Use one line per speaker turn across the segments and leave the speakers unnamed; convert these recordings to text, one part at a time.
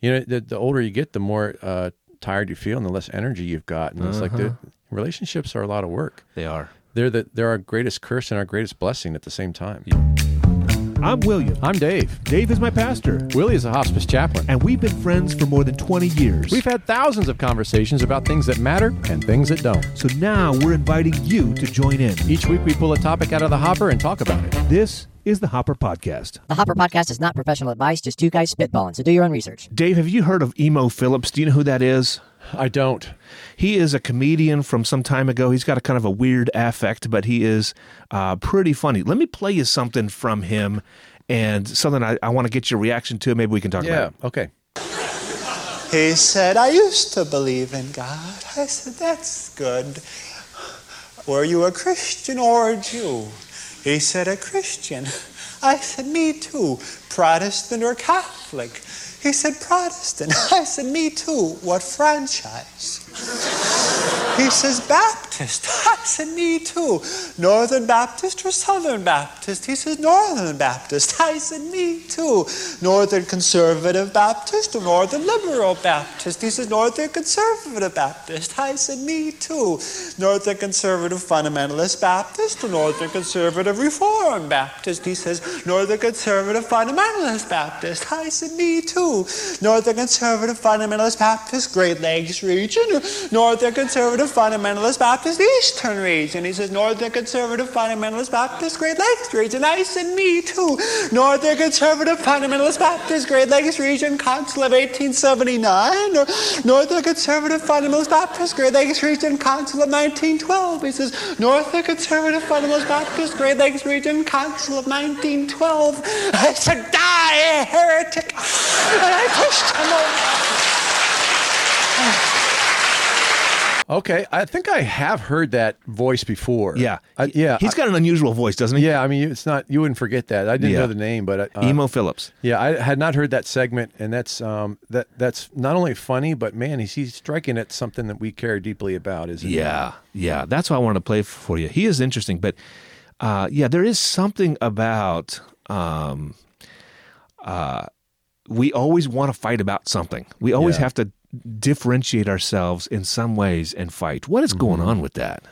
You know, the, the older you get, the more uh, tired you feel and the less energy you've got. And it's like the
Uh-huh.
relationships are a lot of work.
They are.
They're the they're our greatest curse and our greatest blessing at the same time.
I'm William.
I'm Dave.
Dave is my pastor,
Willie is a hospice chaplain.
and we've been friends for more than 20 years.
We've had thousands of conversations about things that matter and things that don't.
so now we're inviting you to join in.
Each week we pull a topic out of the hopper and talk about it.
This is the Hopper Podcast.
The Hopper Podcast is not professional advice, just two guys spitballing, so do your own research.
Dave, have you heard of Emo Phillips? Do you know who that is?
I don't.
He is a comedian from some time ago. He's got a kind of a weird affect, but he is uh, pretty funny. Let me play you something from him and something I, I want to get your reaction to. Maybe we can talk about
Yeah.
it.
Okay.
He said, I used to believe in God. I said, That's good. Were you a Christian or a Jew? He said, A Christian. I said, Me too. Protestant or Catholic? He said, Protestant. I said, Me too. What franchise? He says, Baptist. I said, Me too. Northern Baptist or Southern Baptist? He says, Northern Baptist. I said, Me too. Northern Conservative Baptist or Northern Liberal Baptist? He says, Northern Conservative Baptist. I said, Me too. Northern Conservative Fundamentalist Baptist or Northern Conservative Reform Baptist? He says, Northern Conservative Fundamentalist Baptist. I said, Me too. Northern Conservative Fundamentalist Baptist, Great Lakes region, or Northern Conservative Fundamentalist Baptist, Eastern region. He says, Northern Conservative Fundamentalist Baptist, Great Lakes region. I said, me too. Northern Conservative Fundamentalist Baptist, Great Lakes region, Council of 1879, or Northern Conservative Fundamentalist Baptist, Great Lakes region, Council of 1912. He says, Northern Conservative Fundamentalist Baptist, Great Lakes region, Council of 1912. I said, die, heretic. And I pushed him over.
Okay. I think I have heard that voice before.
Yeah.
I, yeah.
He's
I-
got an unusual voice, doesn't he?
yeah. I mean, it's not. You wouldn't forget that. I didn't
Yeah.
know the name, but uh,
Emo Phillips.
Yeah, I had not heard that segment, and that's um, that that's not only funny, but man, he's, he's striking at something that we care deeply about. Is
Yeah, yeah. That's why I wanted to play for you. He is interesting, but uh, yeah, there is something about um, uh, we always want to fight about something. We always
Yeah.
have to differentiate ourselves in some ways and fight. What is going on with that?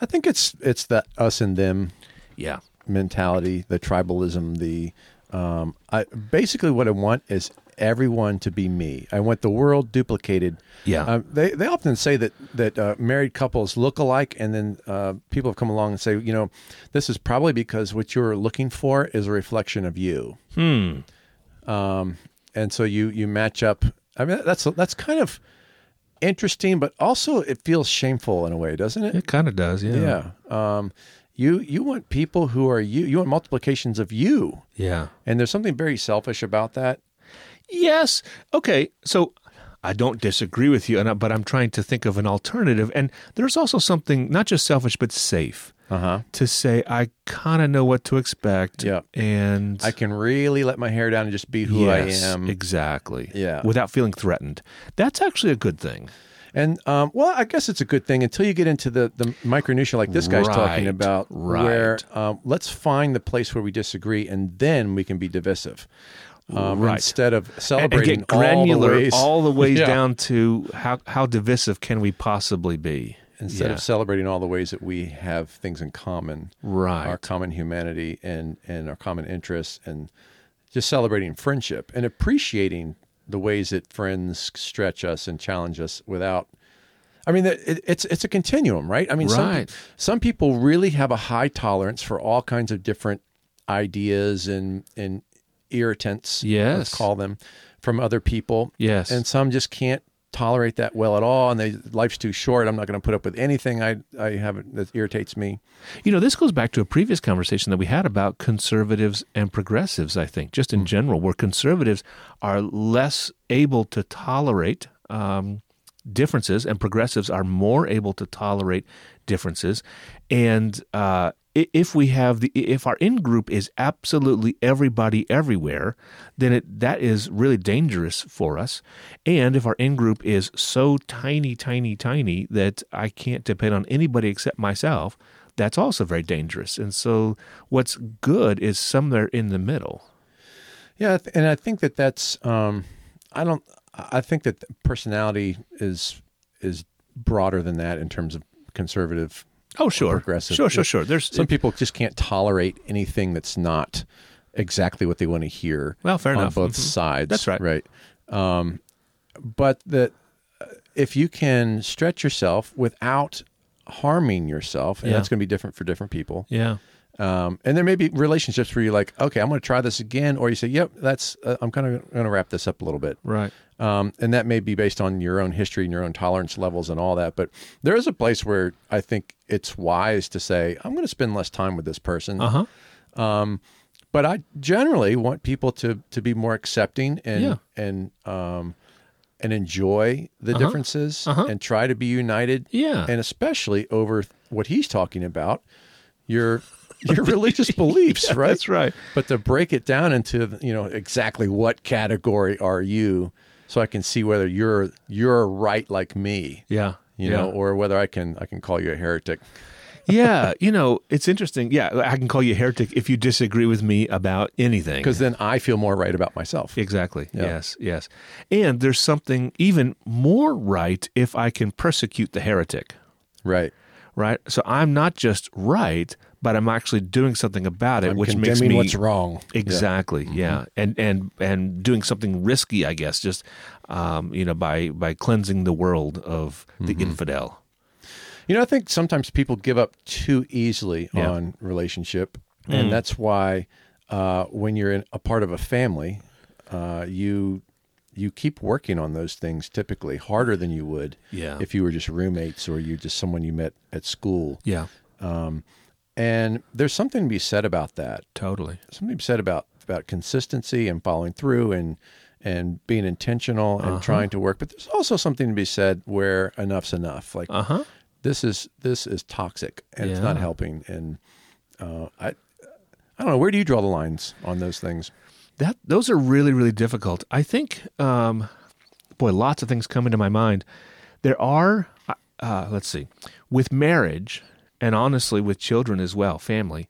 I think it's it's the us and them
Yeah,
mentality, the tribalism, the um, I basically what I want is everyone to be me. I want the world duplicated.
Yeah.
um, they they often say that that uh, married couples look alike, and then uh, people have come along and say, you know, this is probably because what you're looking for is a reflection of you. Hmm. Um, and so you you match up. I mean, that's that's kind of interesting, but also it feels shameful in a way, doesn't it?
it kind of does. Yeah,
Yeah. Um, you you want people who are you. You want multiplications of you,
yeah.
and there's something very selfish about that.
Yes. Okay. So I don't disagree with you, and I, but I'm trying to think of an alternative. And there's also something not just selfish but safe
Uh-huh.
to say I kind of know what to expect.
Yeah.
and
I can really let my hair down and just be who
yes,
I am.
exactly.
Yeah.
without feeling threatened. That's actually a good thing.
And um, well, I guess it's a good thing until you get into the the micronutia like this guy's
Right,
talking about,
right.
where um, let's find the place where we disagree, and then we can be divisive. Um,
Right.
Instead of
And- and
celebrating
get granular
all the ways,
ways
Yeah.
down to how how divisive can we possibly be?
instead
Yeah.
of celebrating all the ways that we have things in common,
Right.
Our common humanity and and our common interests, and just celebrating friendship and appreciating the ways that friends stretch us and challenge us without. I mean, that- it, it's it's a continuum, right? I mean,
Right.
some some people really have a high tolerance for all kinds of different ideas and and irritants.
Yes.
let's call them from other people.
Yes.
and some just can't tolerate that well at all and they life's too short i'm not going to put up with anything i i haven't that irritates me
You know, this goes back to a previous conversation that we had about conservatives and progressives, I think, just in general, where conservatives are less able to tolerate um, differences and progressives are more able to tolerate differences. And uh, i- if we have the, if our in group is absolutely everybody everywhere, then it, that is really dangerous for us. And if our in group is so tiny, tiny, tiny that I can't depend on anybody except myself, that's also very dangerous. And so, what's good is somewhere in the middle.
yeah I th- and i think that that's um I don't. I think that personality is is broader than that in terms of conservative.
Oh, sure.
progressive.
Sure, sure, sure. There's
Some people just can't tolerate anything that's not exactly what they want to hear.
Well, fair
on
enough.
Both
Mhm.
sides.
That's right.
Right. Um, but that uh, if you can stretch yourself without harming yourself, and
Yeah.
that's going to be different for different people.
yeah.
Um, and there may be relationships where you're like, okay, I'm going to try this again, or you say, yep, that's uh, I'm kind of going to wrap this up a little bit,
Right.
um, and that may be based on your own history and your own tolerance levels and all that. But there is a place where I think it's wise to say, I'm going to spend less time with this person.
Uh huh.
But I generally want people to to be more accepting and
Yeah.
and um, and enjoy the differences and try to be united.
Uh-huh. Yeah.
and especially over what he's talking about, your your religious beliefs, right?
That's right.
But to break it down into you know exactly what category are you, so I can see whether you're you're right like me,
Yeah.
you
yeah.
know, or whether I can I can call you a heretic.
yeah. You know, it's interesting. Yeah. I can call you a heretic if you disagree with me about anything.
Because then I feel more right about myself.
Exactly. Yes. Yes. And there's something even more right if I can persecute the heretic,
Right.
right? So I'm not just right, but I'm actually doing something about it,
I'm
which makes
condemning
me
what's wrong. Mm-hmm.
Exactly. Yeah. And and and doing something risky, I guess, just um, you know, by by cleansing the world of the
Mm-hmm.
infidel.
You know, I think sometimes people give up too easily
Yeah. Mm.
on relationship, and that's why uh, when you're in a part of a family, uh, you you keep working on those things typically harder than you would
Yeah.
if you were just roommates or you just someone you met at school.
Yeah.
And there's something to be said about that.
Totally.
Something to be said about about consistency and following through and and being intentional
Uh-huh.
and trying to work. But there's also something to be said where enough's enough. Like
Uh huh.
this is this is toxic and it's
Yeah.
not helping and uh, i i don't know where do you draw the lines on those things
That those are really really difficult. I think, um, boy, lots of things come into my mind. There are, uh, uh, let's see, with marriage and honestly with children as well, family.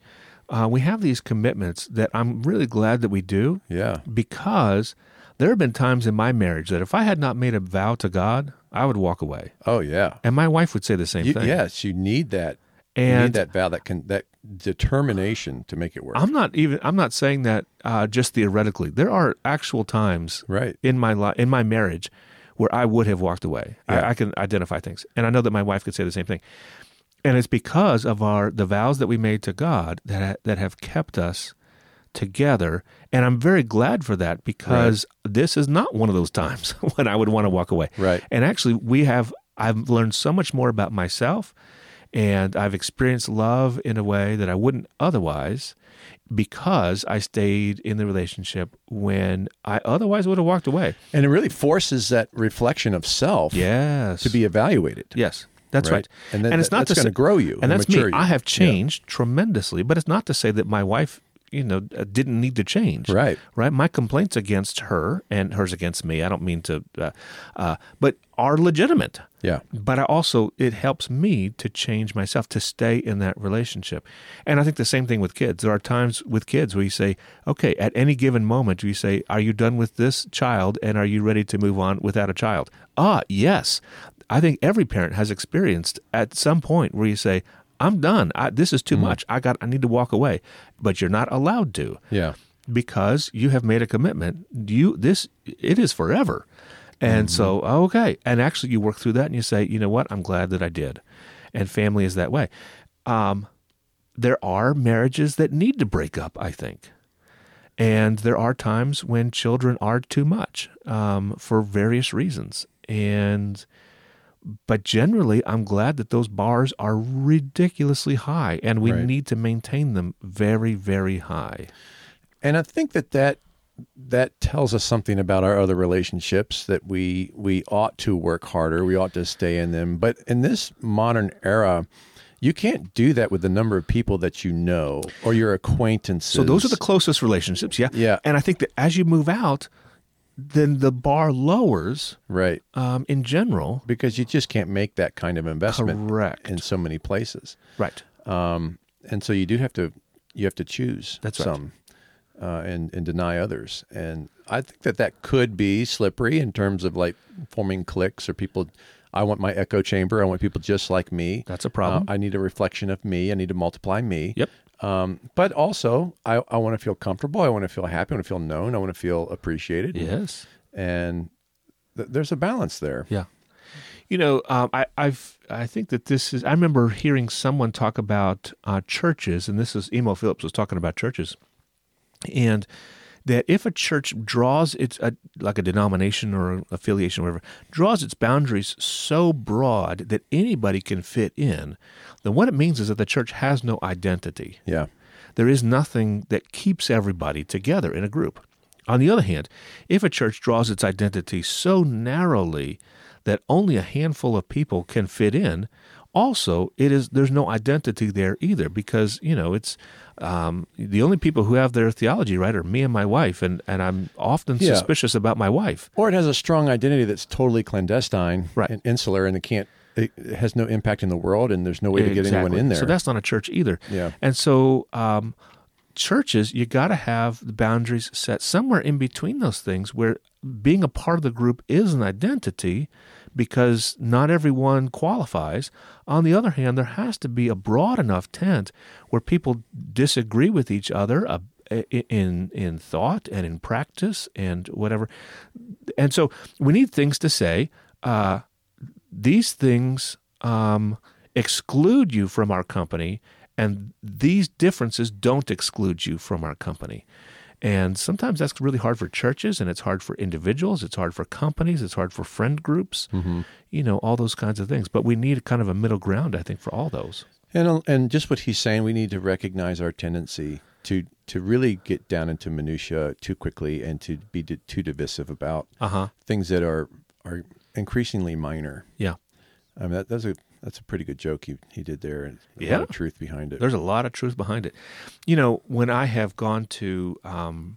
Uh, we have these commitments that I'm really glad that we do.
yeah
because there have been times in my marriage that if I had not made a vow to God, I would walk away.
oh yeah
And my wife would say the same
you,
thing.
yes you need that you
And- Uh-huh.
need that vow that can that determination to make it work
I'm not even I'm not saying that uh, just theoretically. There are actual times
Right.
in my life in my marriage where I would have walked away. I, I can identify things. And I know that my wife could say the same thing. And it's because of our the vows that we made to God that that have kept us together. And I'm very glad for that because this is not one of those times when I would want to walk away.
Right.
And actually, we have, I've learned so much more about myself and I've experienced love in a way that I wouldn't otherwise because I stayed in the relationship when I otherwise would have walked away.
and it really forces that reflection of self
Yes.
to be evaluated
Yes, that's
Right.
right.
And that-
it's
that-
not
that's
to
gonna
say-
grow you and
And that's
mature
me.
you.
I have
Yeah.
changed tremendously, but it's not to say that my wife, you know, uh, didn't need to change.
Right.
Right. My complaints against her and hers against me. I don't mean to, uh, uh, but are legitimate.
yeah
But I also it helps me to change myself to stay in that relationship, and I think the same thing with kids. There are times with kids where you say, "Okay, at any given moment, you say, are you done with this child, and are you ready to move on without a child?" Ah, yes. I think every parent has experienced at some point where you say, "I'm done. I, this is too much. I got. I need to walk away," but you're not allowed to
yeah
because you have made a commitment. You this it is forever, and so oh, okay. And actually, you work through that and you say, you know what, I'm glad that I did. And family is that way. Um, there are marriages that need to break up. I think. And there are times when children are too much um, for various reasons. And, but generally, I'm glad that those bars are ridiculously high and we
Right.
need to maintain them very, very high.
and I think that that that tells us something about our other relationships that we we ought to work harder. We ought to stay in them. But in this modern era, you can't do that with the number of people that you know or your acquaintances.
So those are the closest relationships, yeah.
Yeah.
And I think that as you move out, then the bar lowers
right
um, in general.
because you just can't make that kind of investment
Correct.
in so many places.
Right.
and so you do have to you have to choose
That's right.
some uh, and and deny others. And I think that that could be slippery in terms of like forming cliques or people. I want my echo chamber. I want people just like me.
That's a problem.
Uh, I need a reflection of me. I need to multiply me.
Yep.
Um, but also, I, I want to feel comfortable. I want to feel happy. I want to feel known. I want to feel appreciated.
Yes.
And th- there's a balance there.
Yeah. You know, um, I, I've I think that this is. I remember hearing someone talk about uh, churches, and this is Emo Phillips was talking about churches, and that if a church draws its a, like a denomination or affiliation, or whatever, draws its boundaries so broad that anybody can fit in, then what it means is that the church has no identity
Yeah.
there is nothing that keeps everybody together in a group. On the other hand, if a church draws its identity so narrowly that only a handful of people can fit in, also it is there's no identity there either because you know it's um, the only people who have their theology right are me and my wife, and and I'm often
Yeah.
suspicious about my wife.
Or it has a strong identity that's totally clandestine
Right.
and insular and it can't, it it has no impact in the world and there's no way to get anyone
Exactly.
in there.
So that's not a church either.
Yeah.
And so um, churches, you got to have the boundaries set somewhere in between those things where being a part of the group is an identity because not everyone qualifies. On the other hand, there has to be a broad enough tent where people disagree with each other uh, i- in in thought and in practice and whatever. And so we need things to say uh, these things um, exclude you from our company, and these differences don't exclude you from our company. And sometimes that's really hard for churches, and it's hard for individuals, it's hard for companies, it's hard for friend groups, you know, all those kinds of things. But we need kind of a middle ground, I think, for all those.
And uh, and just what he's saying, we need to recognize our tendency to to really get down into minutia too quickly and to be d too divisive about
huh.
things that are are increasingly minor.
Yeah.
I mean, that, that's a that's a pretty good joke he, he did there, and a
Yeah.
lot of truth behind it.
There's a lot of truth behind it. You know, when I have gone to um,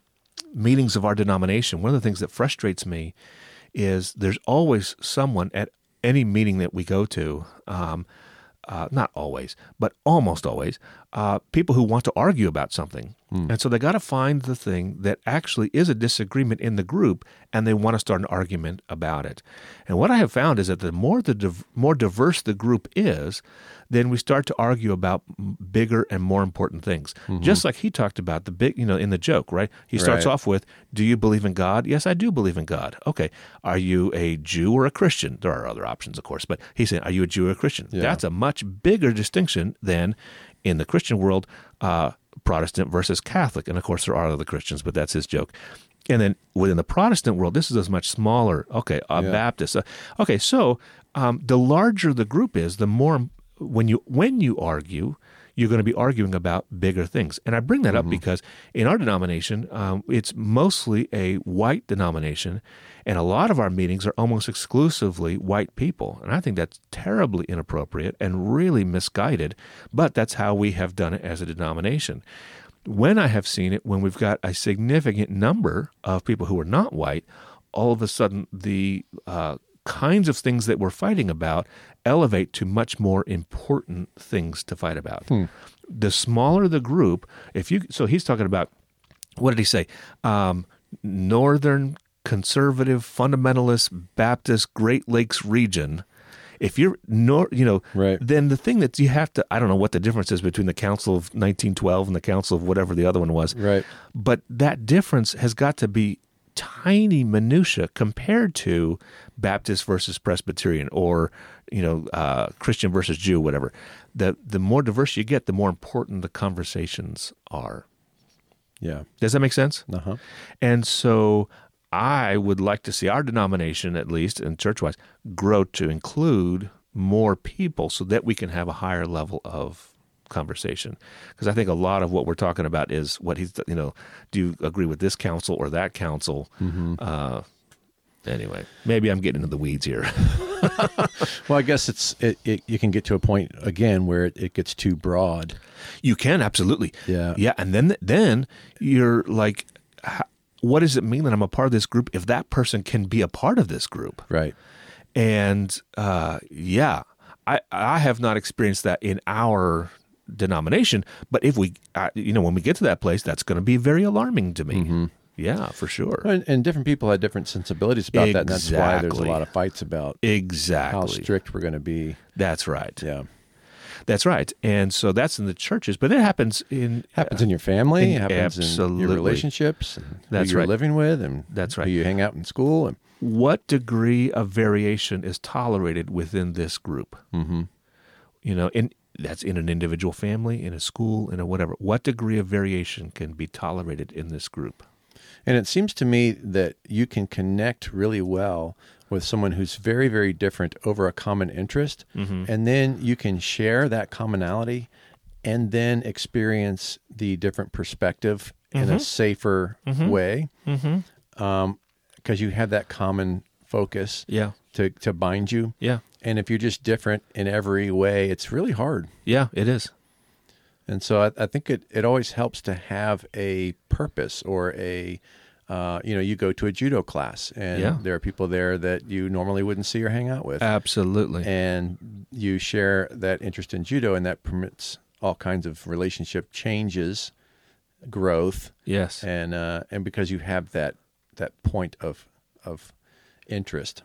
meetings of our denomination, one of the things that frustrates me is there's always someone at any meeting that we go to. Um, uh, not always, but almost always, uh, people who want to argue about something. And so they got to find the thing that actually is a disagreement in the group and they want to start an argument about it. And what I have found is that the more the div- more diverse the group is, then we start to argue about m- bigger and more important things. Just like he talked about the big, you know, in the joke, right? He starts
Right.
off with, "Do you believe in God?" Yes, I do believe in God. Okay, are you a Jew or a Christian? There are other options, of course, but he's saying, "Are you a Jew or a Christian?" That's a much bigger distinction than in the Christian world, uh, Protestant versus Catholic. And of course, there are other Christians, but that's his joke. And then within the Protestant world, this is a much smaller. Okay, a Baptist. uh, okay, so um, the larger the group is, the more when you when you argue, you're going to be arguing about bigger things. And I bring that up because in our denomination, um, it's mostly a white denomination, and a lot of our meetings are almost exclusively white people. And I think that's terribly inappropriate and really misguided, but that's how we have done it as a denomination. When I have seen it, when we've got a significant number of people who are not white, all of a sudden the uh, kinds of things that we're fighting about elevate to much more important things to fight about.
Hmm.
The smaller the group, if you so he's talking about what did he say? Um, Northern conservative fundamentalist Baptist Great Lakes region. If you're nor, you know,
Right.
then the thing that you have to, I don't know what the difference is between the Council of 1912 and the Council of whatever the other one was,
Right.
but that difference has got to be tiny minutia compared to Baptist versus Presbyterian or you know uh, Christian versus Jew, whatever. The the more diverse you get, the more important the conversations are.
yeah.
Does that make sense?
Uh huh.
And so I would like to see our denomination, at least and church wise, grow to include more people so that we can have a higher level of conversation. Because I think a lot of what we're talking about is what he's, you know, do you agree with this council or that council? Uh, anyway, maybe I'm getting into the weeds here.
Well, I guess it's it, it. You can get to a point again where it, it gets too broad.
You can absolutely.
Yeah.
Yeah, and then then you're like h- what does it mean that I'm a part of this group if that person can be a part of this group?
Right.
And uh yeah, I I have not experienced that in our denomination. But if we, uh, you know, when we get to that place, that's going to be very alarming to me. Yeah, for sure.
And, and different people had different sensibilities about that, and that's why there's a
Exactly.
lot of fights about how
Exactly.
strict we're going to be.
That's right.
Yeah,
That's right. And so that's in the churches, but it happens in uh,
happens in your family,
in-
happens in
absolutely.
your relationships, and
That's
who you're
right.
living with, and
That's right.
who you hang out in school. And
what degree of variation is tolerated within this group? Mm-hmm. You know, and that's in an individual family, in a school, in a whatever. What degree of variation can be tolerated in this group?
and it seems to me that you can connect really well with someone who's very, very different over a common interest,
Mm-hmm.
and then you can share that commonality, and then experience the different perspective in
Mm-hmm.
a safer way, because you have that common focus.
Yeah.
to to bind you.
Yeah.
And if you're just different in every way, it's really hard.
Yeah, it is.
And so I, I think it, it always helps to have a purpose or a, uh, you know, you go to a judo class and
Yeah.
there are people there that you normally wouldn't see or hang out with.
Absolutely.
and you share that interest in judo and that permits all kinds of relationship changes, growth.
yes.
And, uh, and because you have that, that point of, of interest.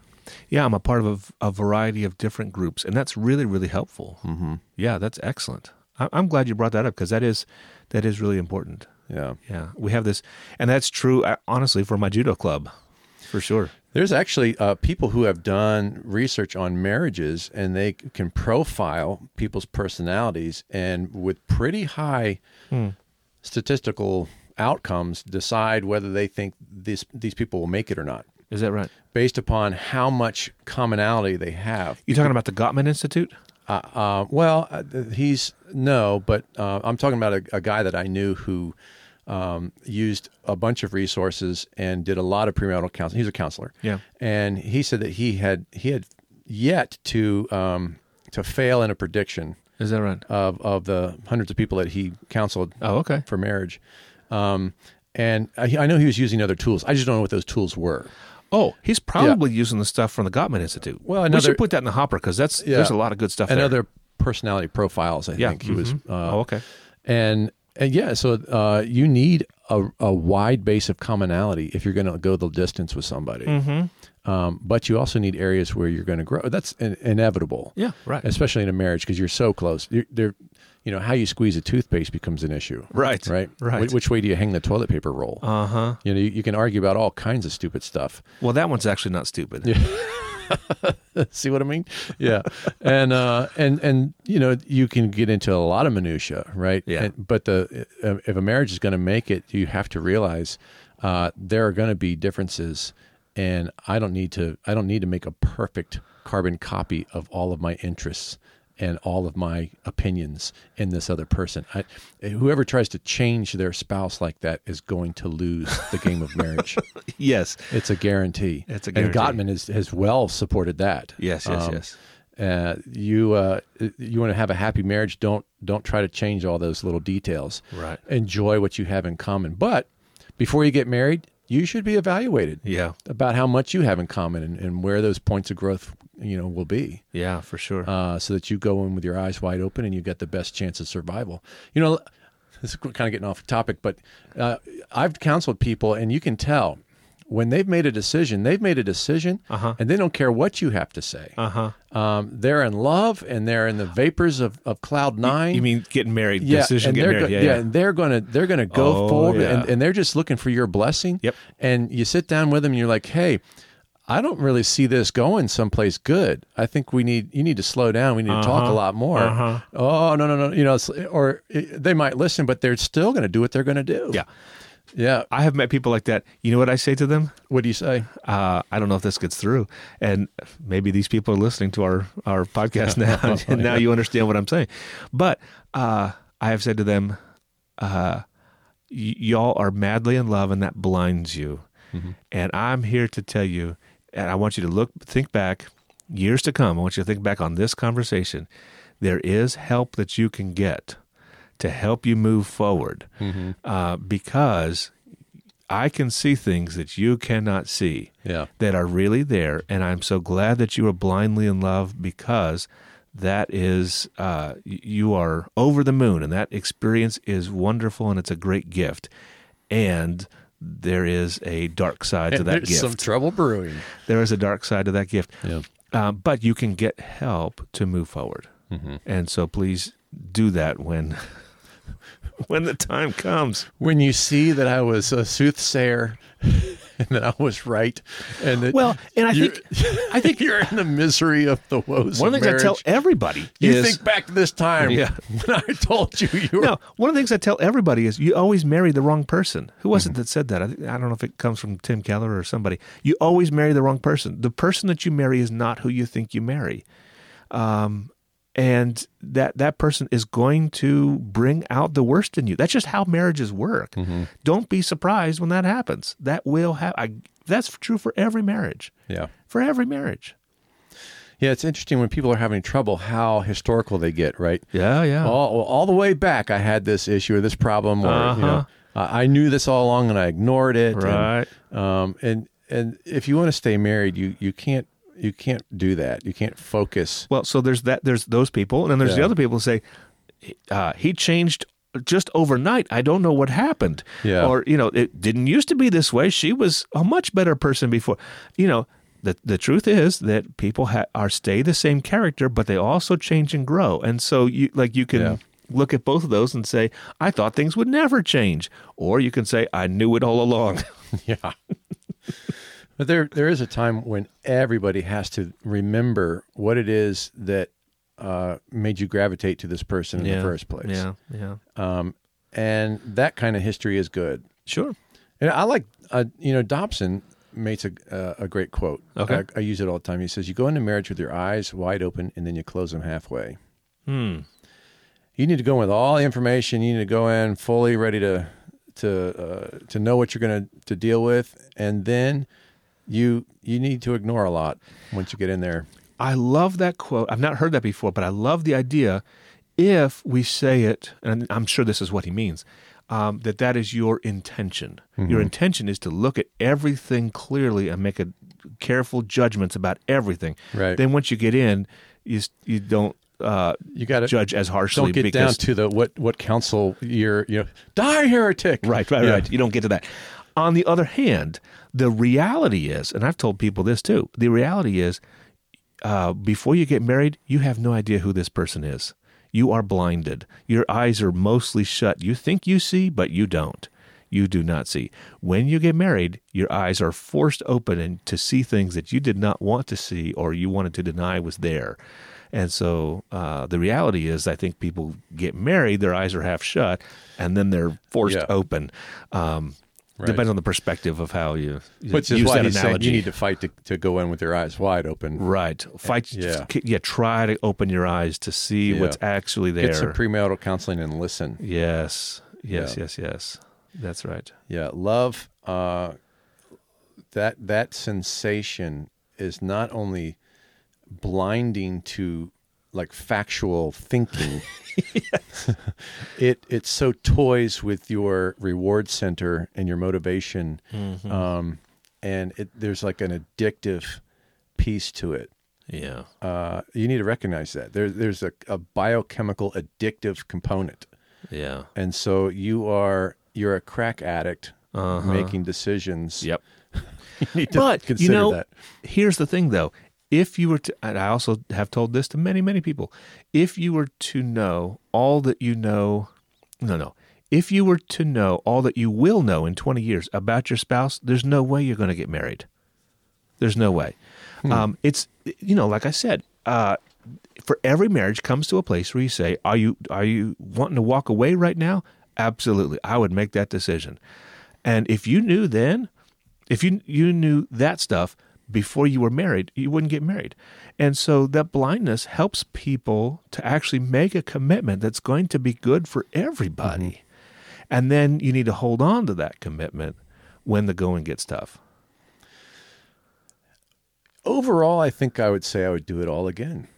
yeah, I'm a part of a, a variety of different groups, and that's really, really helpful. Mm-hmm. Yeah, that's excellent. I, I'm glad you brought that up because that is that is really important.
Yeah.
Yeah, we have this, and that's true. uh, Honestly, for my judo club, for sure.
There's actually uh, people who have done research on marriages, and they c- can profile people's personalities, and with pretty high statistical outcomes, decide whether they think these these people will make it or not,
Is that right?
based upon how much commonality they have.
You talking about the Gottman Institute?
Uh, uh, well, uh, he's no, but uh, I'm talking about a, a guy that I knew who um, used a bunch of resources and did a lot of premarital counseling. He's a counselor,
Yeah.
and he said that he had he had yet to um, to fail in a prediction
Is that right?
of of the hundreds of people that he counseled
Oh, okay.
for marriage. Um, and I, I know he was using other tools. I just don't know what those tools were.
Oh, he's probably using the stuff from the Gottman Institute.
Well,
we
another-
should put that in the hopper because that's
Yeah.
there's a lot of good stuff. there.
Another personality profiles. I
yeah.
think he was.
mhm.
Uh,
oh, okay.
and and yeah, so uh, you need a, a wide base of commonality if you're going to go the distance with somebody.
Mm-hmm.
Um, but you also need areas where you're going to grow. That's in, inevitable.
Yeah, right.
Especially in a marriage because you're so close. You're, they're, you know, how you squeeze a toothpaste becomes an issue.
Right,
Right.
right. Uh-huh.
Wh- which way do you hang the toilet paper roll? Uh huh. You know, you, you can argue about all kinds of stupid stuff.
Well, that one's actually not stupid.
See what I mean? Yeah. and uh, and and you know you can get into a lot of minutia, right?
Yeah.
And, but the uh, if a marriage is going to make it, you have to realize uh, there are going to be differences, and I don't need to I don't need to make a perfect carbon copy of all of my interests and all of my opinions in this other person. I, whoever tries to change their spouse like that is going to lose the game of marriage.
yes.
It's a guarantee.
It's a
And
guarantee.
Gottman has, has well supported that. Um,
Yes, yes, yes.
Uh, you uh, you want to have a happy marriage. Don't don't try to change all those little details.
Right.
Enjoy what you have in common. But before you get married, you should be evaluated
Yeah.
about how much you have in common and, and where those points of growth you know will be,
Yeah, for sure.
uh, so that you go in with your eyes wide open and you get the best chance of survival. You know, this is kind of getting off topic, but uh, I've counseled people, and you can tell when they've made a decision, they've made a decision, and they don't care what you have to say.
Uh-huh.
Um, they're in love and they're in the vapors of, of cloud nine.
You mean getting married?
yeah,
decision
and
getting
they're
married?
go-
yeah, yeah.
and they're gonna they're gonna go
Oh,
forward, and,
yeah.
and they're just looking for your blessing.
Yep.
And you sit down with them, and you're like, "Hey, I don't really see this going someplace good. I think we need you need to slow down. We need to
Uh-huh.
talk a lot more. Oh no no no, you know, it's- or eh, they might listen, but they're still gonna do what they're gonna do.
Yeah.
yeah.
I have met people like that. You know what I say to them?
What do you say?
uh, I don't know if this gets through, and maybe these people are listening to our our podcast now, and now you understand what I'm saying. But uh, I have said to them, uh, y- "Y'all are madly in love, and that blinds you." And I'm here to tell you, and I want you to look, think back years to come. I want you to think back on this conversation. There is help that you can get to help you move forward, uh, because I can see things that you cannot see
Yeah.
that are really there. And I'm so glad that you are blindly in love because that is uh, y- you are over the moon and that experience is wonderful and it's a great gift and there is a dark side to that
There's
gift
some trouble brewing.
there is a dark side to that gift
Yeah.
um, but you can get help to move forward
Mm-hmm.
and so please do that when when the time comes
When you see that I was a soothsayer and that I was right, and that
well and i
you're,
think i think
you're in the misery of the woes.
one of the
of
things i tell
marriage.
everybody
you
is
think back to this time
Yeah.
when I told you you were
No, one of the things I tell everybody is you always marry the wrong person. Who was it that said that? I, think- I don't know if it comes from Tim Keller or somebody. You always marry the wrong person. The person that you marry is not who you think you marry. Um, and that, that person is going to bring out the worst in you. That's just how marriages work. Don't be surprised when that happens. That will happen. That's true for every marriage.
yeah.
For every marriage.
Yeah, it's interesting when people are having trouble how historical they get, right?
Yeah, yeah.
All, all the way back, I had this issue or this problem, or you
Uh-huh.
know, I I knew this all along and I ignored it. and,
Right.
um, and and if you want to stay married, you you can't you can't do that. You can't focus.
Well, so there's that. There's those people, and then there's the
Yeah.
other people who say uh, he changed just overnight. I don't know what happened.
Yeah.
Or you know, it didn't used to be this way. She was a much better person before. You know, the the truth is that people ha- are stay the same character, but they also change and grow. And so you like you can.
Yeah.
Look at both of those and say, I thought things would never change. Or you can say, I knew it all along.
Yeah. but there there is a time when everybody has to remember what it is that uh, made you gravitate to this person in the first place.
Yeah, yeah.
Um, and that kind of history is good.
Sure.
And I like, uh, you know, Dobson makes a uh, a great quote.
Okay.
I, I use it all the time. He says, "You go into marriage with your eyes wide open, and then you close them halfway." Hmm. You need to go in with all the information. You need to go in fully ready to to uh, to know what you're going to to deal with, and then you you need to ignore a lot once you get in there.
I love that quote. I've not heard that before, but I love the idea. If we say it, and I'm sure this is what he means, um, that that is your intention. Your intention is to look at everything clearly and make a careful judgments about everything.
Right.
Then once you get in, you s- you don't uh,
You got to
judge as harshly.
Don't get down
because,
to the what what council you're you know die heretic.
Right, right,
Yeah.
right. You don't get to that. On the other hand, the reality is, and I've told people this too. The reality is, uh, before you get married, you have no idea who this person is. You are blinded. Your eyes are mostly shut. You think you see, but you don't. You do not see. When you get married, your eyes are forced open and to see things that you did not want to see or you wanted to deny was there. And so uh, the reality is, I think people get married, their eyes are half shut, and then they're forced
Yeah.
open. Um, Depends on the perspective of how you, you
Which
use
is why
that
he's saying
analogy.
you need to fight to, to go in with your eyes wide open.
Right. Fight.
Yeah.
Yeah. yeah. Try to open your eyes to see
Yeah.
what's actually there.
Get some premarital counseling and listen.
yes. Yes.
Yeah.
Yes. Yes. That's right.
Yeah, love. Uh, that that sensation is not only blinding to like factual thinking. it it so toys with your reward center and your motivation, um, and it, there's like an addictive piece to it.
Yeah.
uh, you need to recognize that there, there's a, a biochemical addictive component
Yeah.
and so you are you're a crack addict
Uh-huh.
making decisions
Yep.
you need to
but you
consider
know,
that
here's the thing though. If you were to, and I also have told this to many, many people. If you were to know all that you know, no, no. If you were to know all that you will know in 20 years about your spouse, there's no way you're going to get married. There's no way.
Hmm.
Um, it's you know, like I said, uh, for every marriage comes to a place where you say, "Are you are you wanting to walk away right now?" Absolutely, I would make that decision. And if you knew then, if you you knew that stuff before you were married, you wouldn't get married. And so that blindness helps people to actually make a commitment that's going to be good for everybody. And then you need to hold on to that commitment when the going gets tough.
overall i think i would say i would do it all again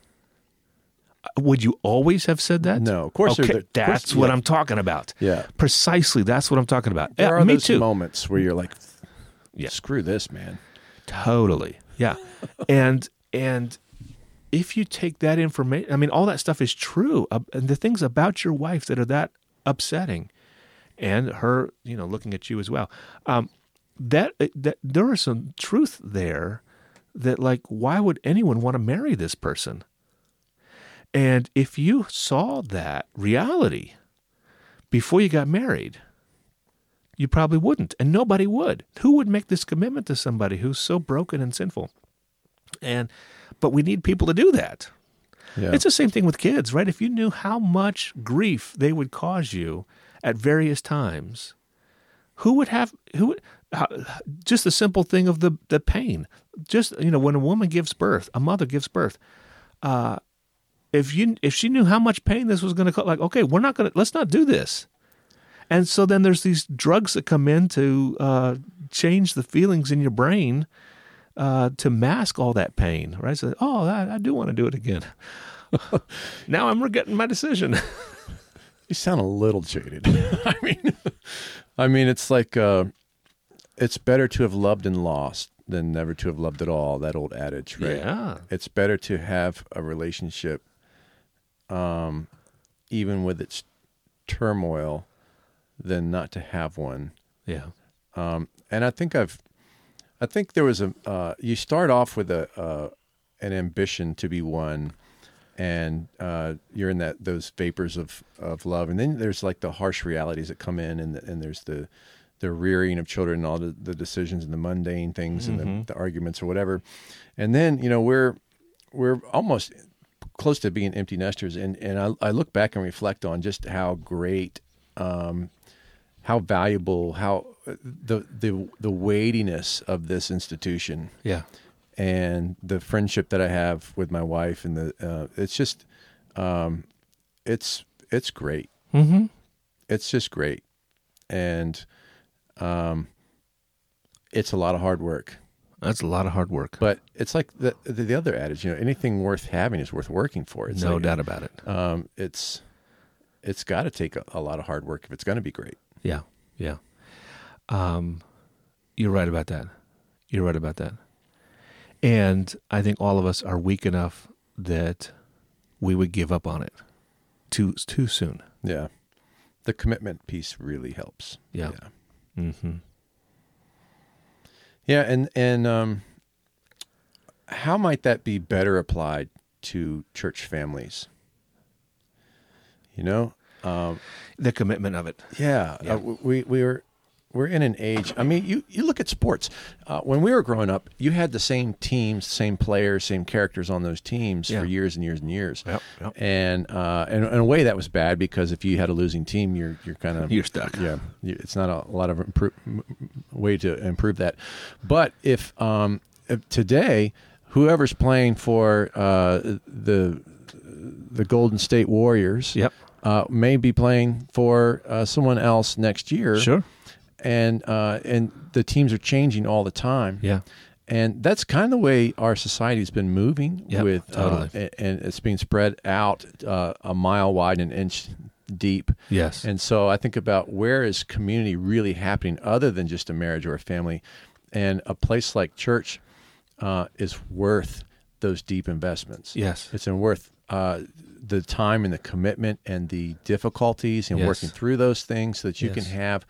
Would you always have said that?
No, of course
Okay,
there- of course-
that's what
yeah.
I'm talking about.
Yeah.
precisely. That's what I'm talking about.
there
Yeah,
are
me
those
too.
moments where you're like
Yeah.
screw this man
Totally. Yeah, and and if you take that information, I mean, all that stuff is true. Uh, and the things about your wife that are that upsetting, and her, you know, looking at you as well. Um, that that there is some truth there. That like, why would anyone want to marry this person? And if you saw that reality before you got married, you probably wouldn't. And nobody would. Who would make this commitment to somebody who's so broken and sinful? And but we need people to do that.
Yeah.
It's the same thing with kids, right? If you knew how much grief they would cause you at various times, who would have who would how, just the simple thing of the the pain. Just you know, when a woman gives birth, a mother gives birth. Uh, if you if she knew how much pain this was going to cause, like okay, we're not going to let's not do this. And so then there's these drugs that come in to uh, change the feelings in your brain uh, to mask all that pain, right? So, oh, I, I do want to do it again. now I'm regretting my decision.
You sound a little jaded. I mean, I mean, it's like uh, it's better to have loved and lost than never to have loved at all. That old adage, right?
Yeah.
It's better to have a relationship, um, even with its turmoil, than not to have one.
yeah.
Um, and I think I've, I think there was a. Uh, you start off with a uh, an ambition to be one, and uh, you're in that those vapors of of love, and then there's like the harsh realities that come in, and the, and there's the the rearing of children and all the, the decisions and the mundane things and the, the arguments or whatever, and then you know we're we're almost close to being empty nesters, and and I, I look back and reflect on just how great how valuable how the the the weightiness of this institution
Yeah.
and the friendship that I have with my wife and the uh, it's just um, it's it's great. Mm-hmm. It's just great, and um, it's a lot of hard work.
That's a lot of hard work.
But it's like the the, the other adage, you know, anything worth having is worth working for. It's
no
like,
doubt about it.
Um, it's it's got to take a, a lot of hard work if it's going to be great.
Yeah, yeah. Um, you're right about that. You're right about that. And I think all of us are weak enough that we would give up on it too too soon.
Yeah. The commitment piece really helps.
Yeah.
Yeah.
Mm-hmm.
Yeah, and and um how might that be better applied to church families? You know? Um
The commitment of it.
yeah,
Yeah.
Uh, w- we we are we're in an age. I mean, you you look at sports. Uh, when we were growing up, you had the same teams, same players, same characters on those teams
Yeah.
for years and years and years.
Yep, yep.
And uh, and in a way, that was bad because if you had a losing team, you're you're kind of
You're stuck.
yeah, you- it's not a lot of improve, way to improve that. But if, um, if today, whoever's playing for uh, the the Golden State Warriors,
Yep.
uh, may be playing for uh, someone else next year.
Sure.
and uh, and the teams are changing all the time.
Yeah.
And that's kind of the way our society's been moving
Yep,
with,
totally.
uh, a- and it's being spread out uh, a mile wide and an inch deep.
Yes.
And so I think about where is community really happening other than just a marriage or a family, and a place like church uh, is worth those deep investments.
Yes.
it's in worth uh, the time and the commitment and the difficulties and
Yes.
working through those things so that you
Yes.
can have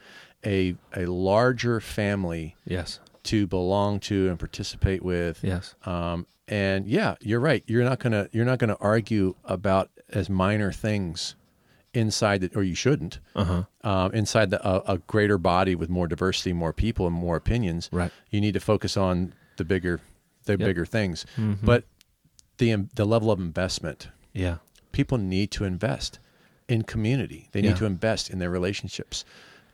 a a larger family
yes.
to belong to and participate with.
Yes.
Um, and yeah, you're right. You're not gonna you're not gonna argue about as minor things inside that, or you shouldn't.
Uh-huh.
Um, inside the, a, a greater body with more diversity, more people, and more opinions.
Right.
You need to focus on the bigger, the bigger things.
Mm-hmm.
But the um, the level of investment,
Yeah.
people need to invest in community. They need
Yeah.
to invest in their relationships.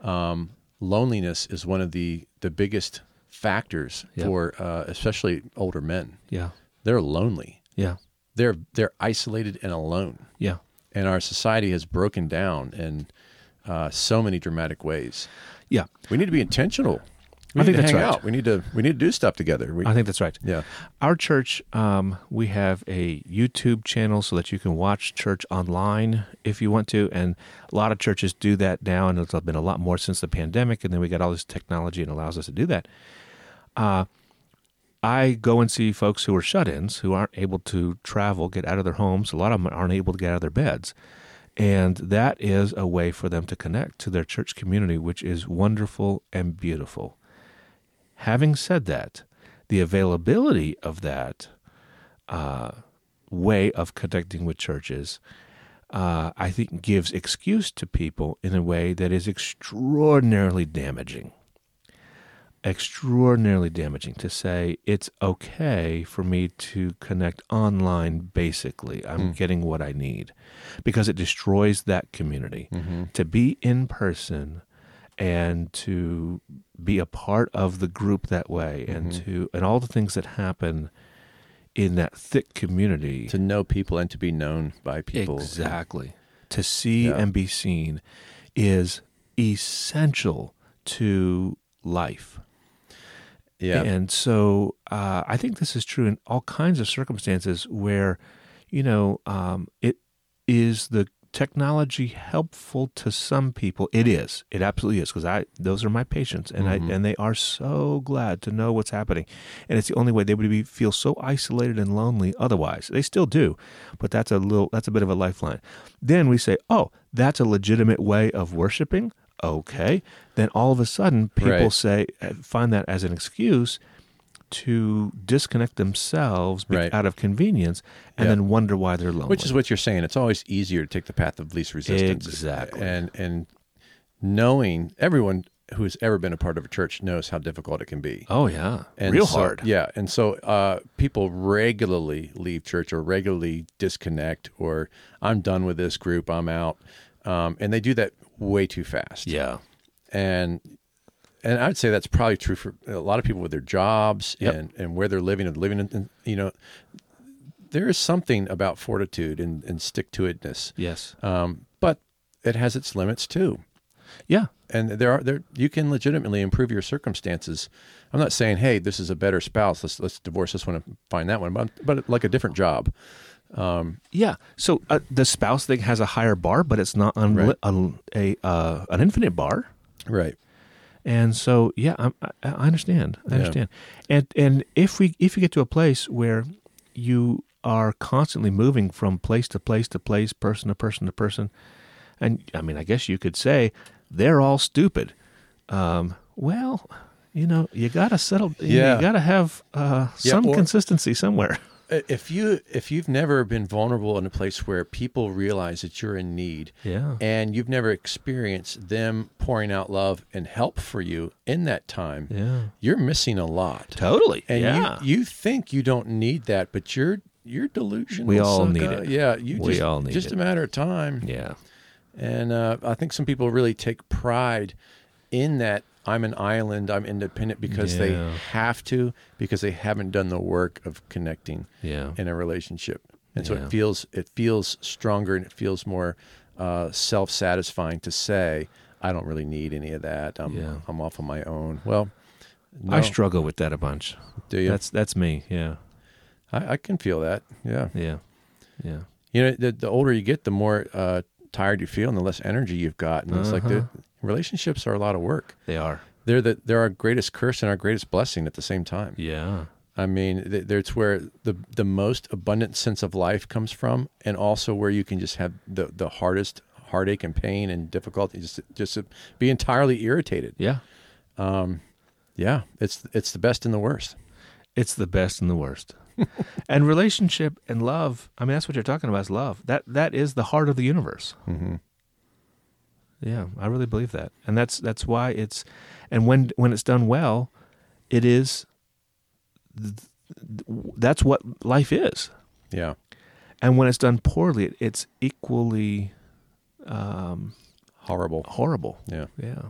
Um, loneliness is one of the the biggest factors
Yep.
for uh, especially older men.
Yeah.
They're lonely.
Yeah.
They're they're isolated and alone.
Yeah.
And our society has broken down in uh, so many dramatic ways.
Yeah.
We need to be intentional. We need
I think
to
that's
hang
right.
out. We need to we need to do stuff together. We,
I think that's right.
yeah.
Our church, um, we have a YouTube channel so that you can watch church online if you want to. And a lot of churches do that now, and it's been a lot more since the pandemic. And then we got all this technology and allows us to do that. Uh, I go and see folks who are shut ins, who aren't able to travel, get out of their homes. A lot of them aren't able to get out of their beds. And that is a way for them to connect to their church community, which is wonderful and beautiful. Having said that, the availability of that uh, way of connecting with churches, uh, I think, gives excuse to people in a way that is extraordinarily damaging extraordinarily damaging to say it's okay for me to connect online basically i'm getting what i need because it destroys that community to be in person and to be a part of the group that way and to and all the things that happen in that thick community
to know people and to be known by people.
Exactly. To see and be seen is essential to life.
Yeah.
And so uh, I think this is true in all kinds of circumstances where, you know, um, it is the technology helpful to some people. It is. It absolutely is because I those are my patients, and I and they are so glad to know what's happening, and it's the only way they would be feel so isolated and lonely otherwise. They still do, but that's a little that's a bit of a lifeline. Then we say, oh, that's a legitimate way of worshiping. Okay, then all of a sudden people
Right.
say uh, find that as an excuse to disconnect themselves be-
Right.
out of convenience and
Yeah.
then wonder why they're lonely
Which is what you're saying. It's always easier to take the path of least resistance.
Exactly.
And and knowing everyone who has ever been a part of a church knows how difficult it can be.
oh yeah
And
real
so-
hard
Yeah. And so uh, people regularly leave church or regularly disconnect or I'm done with this group, I'm out. Um, and they do that way too fast.
yeah
and and I'd say that's probably true for a lot of people with their jobs
Yep.
and, and where they're living and living in- in. You know, there is something about fortitude and, and stick to itness,
yes
um, but it has its limits too.
yeah
And there are there you can legitimately improve your circumstances. I'm not saying hey, this is a better spouse. Let's let's divorce this one and find that one, but but like a different job.
Yeah. So uh, the spouse thing has a higher bar, but it's not unli-
Right.
un- a uh, an infinite bar.
Right.
And so, yeah, I'm, I, I understand. I understand. And and if we if you get to a place where you are constantly moving from place to place to place, person to person to person, and I mean, I guess you could say they're all stupid. Um, well, you know, you gotta settle. Yeah.
Yeah.
You gotta have uh,
Yeah,
some
or-
consistency somewhere.
Uh, if you if you've never been vulnerable in a place where people realize that you're in need
Yeah.
and you've never experienced them pouring out love and help for you in that time
Yeah.
you're missing a lot
Totally.
and
yeah.
you you think you don't need that but you're you're delusional
We all
sucker.
need it.
yeah you
We
just,
all need
just
it.
a matter of time
yeah.
and uh, I think some people really take pride in that I'm an island, I'm independent because they
Yeah.
have to, because they haven't done the work of connecting
Yeah.
in a relationship. And so
Yeah.
it feels it feels stronger and it feels more uh, self satisfying to say, I don't really need any of that. I'm
Yeah.
I'm off on my own. Well, no,
I struggle with that a bunch.
do you?
That's that's me. Yeah,
I, I can feel that. Yeah.
yeah, yeah.
You know, the, the older you get, the more uh, tired you feel and the less energy you've got. And it's like the
Uh-huh.
relationships are a lot of work.
They are.
they're the they're our greatest curse and our greatest blessing at the same time.
Yeah,
I mean, th- that's where the the most abundant sense of life comes from, and also where you can just have the the hardest heartache and pain and difficulty just just to be entirely irritated.
yeah.
Yeah, it's it's the best and the worst.
It's the best and the worst. and relationship and love. I mean, that's what you're talking about. Is love that that is the heart of the universe. Mm-hmm. Yeah, I really believe that, and that's that's why it's, and when when it's done well, it is. th- th- That's what life is.
Yeah,
And when it's done poorly, it- it's equally
horrible.
horrible.
Yeah,
Yeah.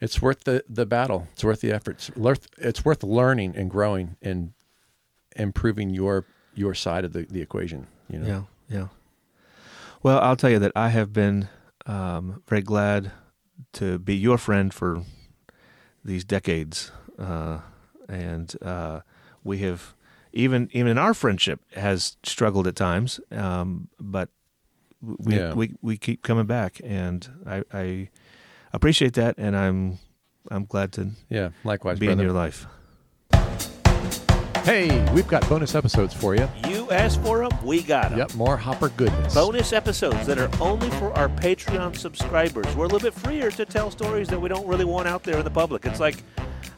it's worth the the battle. It's worth the efforts. Worth it's worth learning and growing and improving your your side of the, the equation. You know.
Yeah, yeah. Well, I'll tell you that I have been um, very glad to be your friend for these decades, uh, and uh, we have even even our friendship has struggled at times, um, but we,
Yeah.
we we keep coming back, and I, I appreciate that, and I'm I'm glad to
Yeah. Likewise,
be in
brother.
your life.
Hey, we've got bonus episodes for you.
You asked for 'em, we got 'em.
Yep, more Hopper goodness.
Bonus episodes that are only for our Patreon subscribers. We're a little bit freer to tell stories that we don't really want out there in the public. It's like,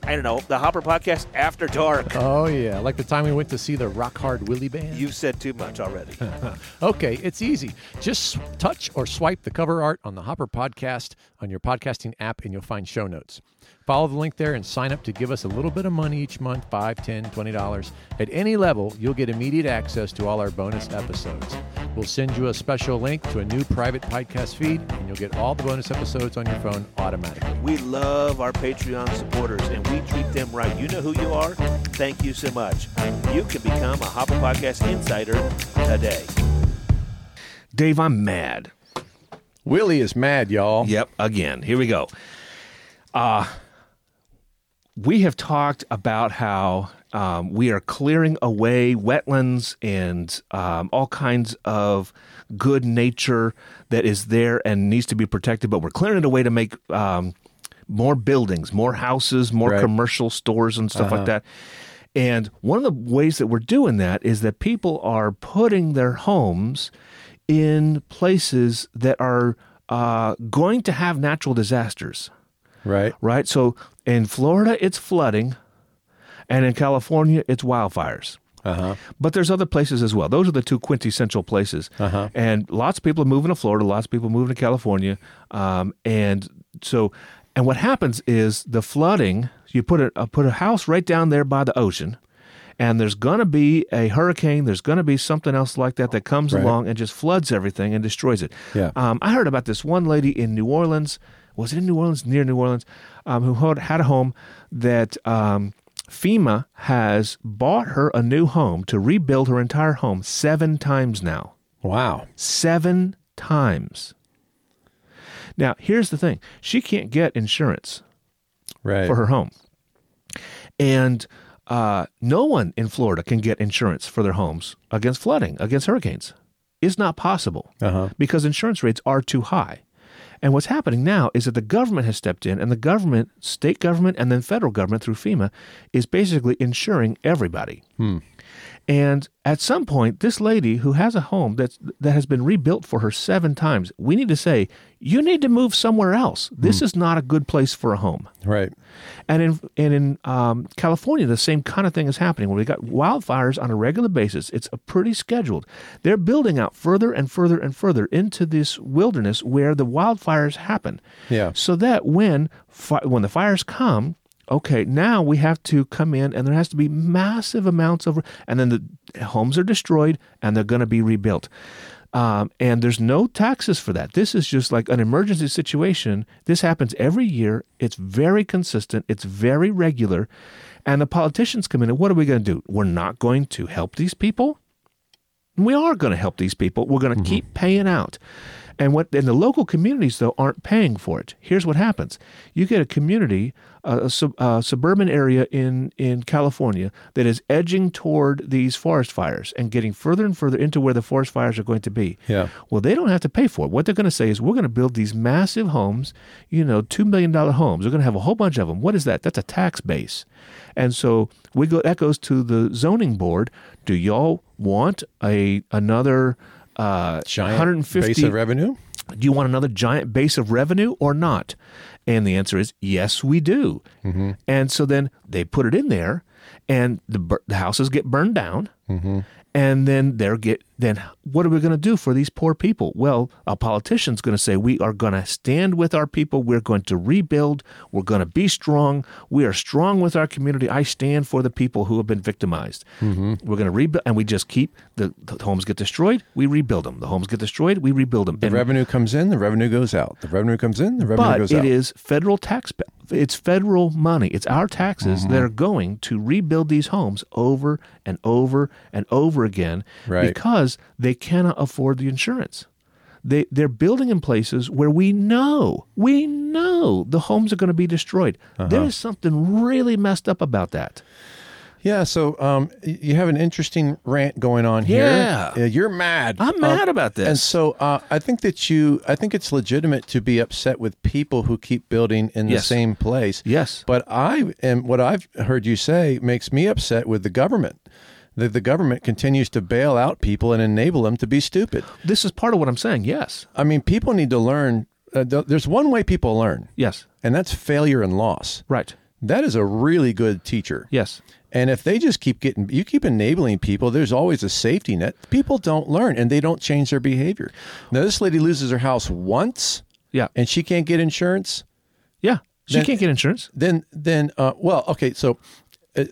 I don't know, the Hopper Podcast After Dark.
Uh-huh.
Oh yeah, like the time we went to see the Rock Hard Willie Band.
You've said too much already.
Okay, it's easy. Just s- touch or swipe the cover art on the Hopper podcast on your podcasting app and you'll find show notes. Follow the link there and sign up to give us a little bit of money each month, 5, 10, 20 dollars. At any level, you'll get immediate access to all our bonus episodes. We'll send you a special link to a new private podcast feed and you'll get all the bonus episodes on your phone automatically.
we love our Patreon supporters and we treat them right. You know who you are. Thank you so much. You can become a Hopper Podcast Insider today.
Dave, I'm mad.
Willie is mad, y'all.
Yep, again. Here we go. Uh we have talked about how um, we are clearing away wetlands and um, all kinds of good nature that is there and needs to be protected, but we're clearing it away to make um, more buildings, more houses, more
Right.
commercial stores and stuff like
Uh-huh.
that. And one of the ways that we're doing that is that people are putting their homes in places that are uh, going to have natural disasters,
Right.
right? So in Florida, it's flooding, and in California, it's wildfires.
Uh-huh.
But there's other places as well. Those are the two quintessential places. Uh-huh. And lots of people are moving to Florida. Lots of people are moving to California. Um, and so, and what happens is the flooding. You put a uh, put a house right down there by the ocean, and there's gonna be a hurricane. There's gonna be something else like that that comes along and just floods everything and destroys it.
Yeah.
Um, I heard about this one lady in New Orleans. Was it in New Orleans? Near New Orleans, um, who had, had a home that um, FEMA has bought her a new home to rebuild her entire home seven times now.
Wow.
Seven times. Now, here's the thing she can't get insurance
Right.
for her home. And uh, no one in Florida can get insurance for their homes against flooding, against hurricanes. It's not possible because insurance rates are too high. And what's happening now is that the government has stepped in, and the government, state government, and then federal government through FEMA, is basically insuring everybody. And at some point, this lady who has a home that's, that has been rebuilt for her seven times, we need to say, you need to move somewhere else. This is not a good place for a home.
Right.
And in and in um, California, the same kind of thing is happening. Where we got wildfires on a regular basis. It's a pretty scheduled. They're building out further and further and further into this wilderness where the wildfires happen.
Yeah.
So that when fi- when the fires come, okay, now we have to come in, and there has to be massive amounts of, and then the homes are destroyed, and they're going to be rebuilt. Um, and there's no taxes for that. This is just like an emergency situation. This happens every year. It's very consistent. It's very regular. And the politicians come in and what are we going to do? We're not going to help these people we are going to help these people. We're going to keep paying out. And what and the local communities though aren't paying for it. Here's what happens: you get a community, a, a sub, a suburban area in in California that is edging toward these forest fires and getting further and further into where the forest fires are going to be.
Yeah.
Well, they don't have to pay for it. What they're going to say is, we're going to build these massive homes, you know, $2 million homes. We're going to have a whole bunch of them. What is that? That's a tax base. And so we go, that goes to the zoning board. Do y'all want a, another, uh,
Giant
150
base of revenue.
do you want another giant base of revenue or not? And the answer is yes, we do.
Mm-hmm.
And so then they put it in there, and the, bur- the houses get burned down.
Mm-hmm.
And then they're get then what are we going to do for these poor people? Well, a politician's going to say we are going to stand with our people. We're going to rebuild. We're going to be strong. We are strong with our community. I stand for the people who have been victimized.
Mm-hmm.
We're going to rebuild, and we just keep the, the homes get destroyed. We rebuild them. The homes get destroyed. We rebuild them.
The
And-
revenue comes in, the revenue goes out. The revenue comes in, the revenue
but
goes
it
out.
is federal tax. It's federal money. It's our taxes
Mm-hmm.
that are going to rebuild these homes over and over and over again
Right.
because they cannot afford the insurance. They they're building in places where we know we
Uh-huh.
know the homes are going to be destroyed. There is something really messed up about that.
Yeah, so um, y- you have an interesting rant going on
Yeah.
here. Uh, You're mad.
I'm
Um,
mad about this.
And so uh, I think that you, I think it's legitimate to be upset with people who keep building in the
Yes.
same place.
Yes.
But I and what I've heard you say makes me upset with the government. That the government continues to bail out people and enable them to be stupid.
This is part of what I'm saying. Yes.
I mean, people need to learn. Uh, th- there's one way people learn,
Yes.
and that's failure and loss.
Right.
That is a really good teacher.
Yes.
And if they just keep getting, you keep enabling people, there's always a safety net. People don't learn and they don't change their behavior. Now, this lady loses her house once
Yeah.
and she can't get insurance.
Yeah. She
Then-
can't get insurance.
Then, then, uh, well, okay, so uh,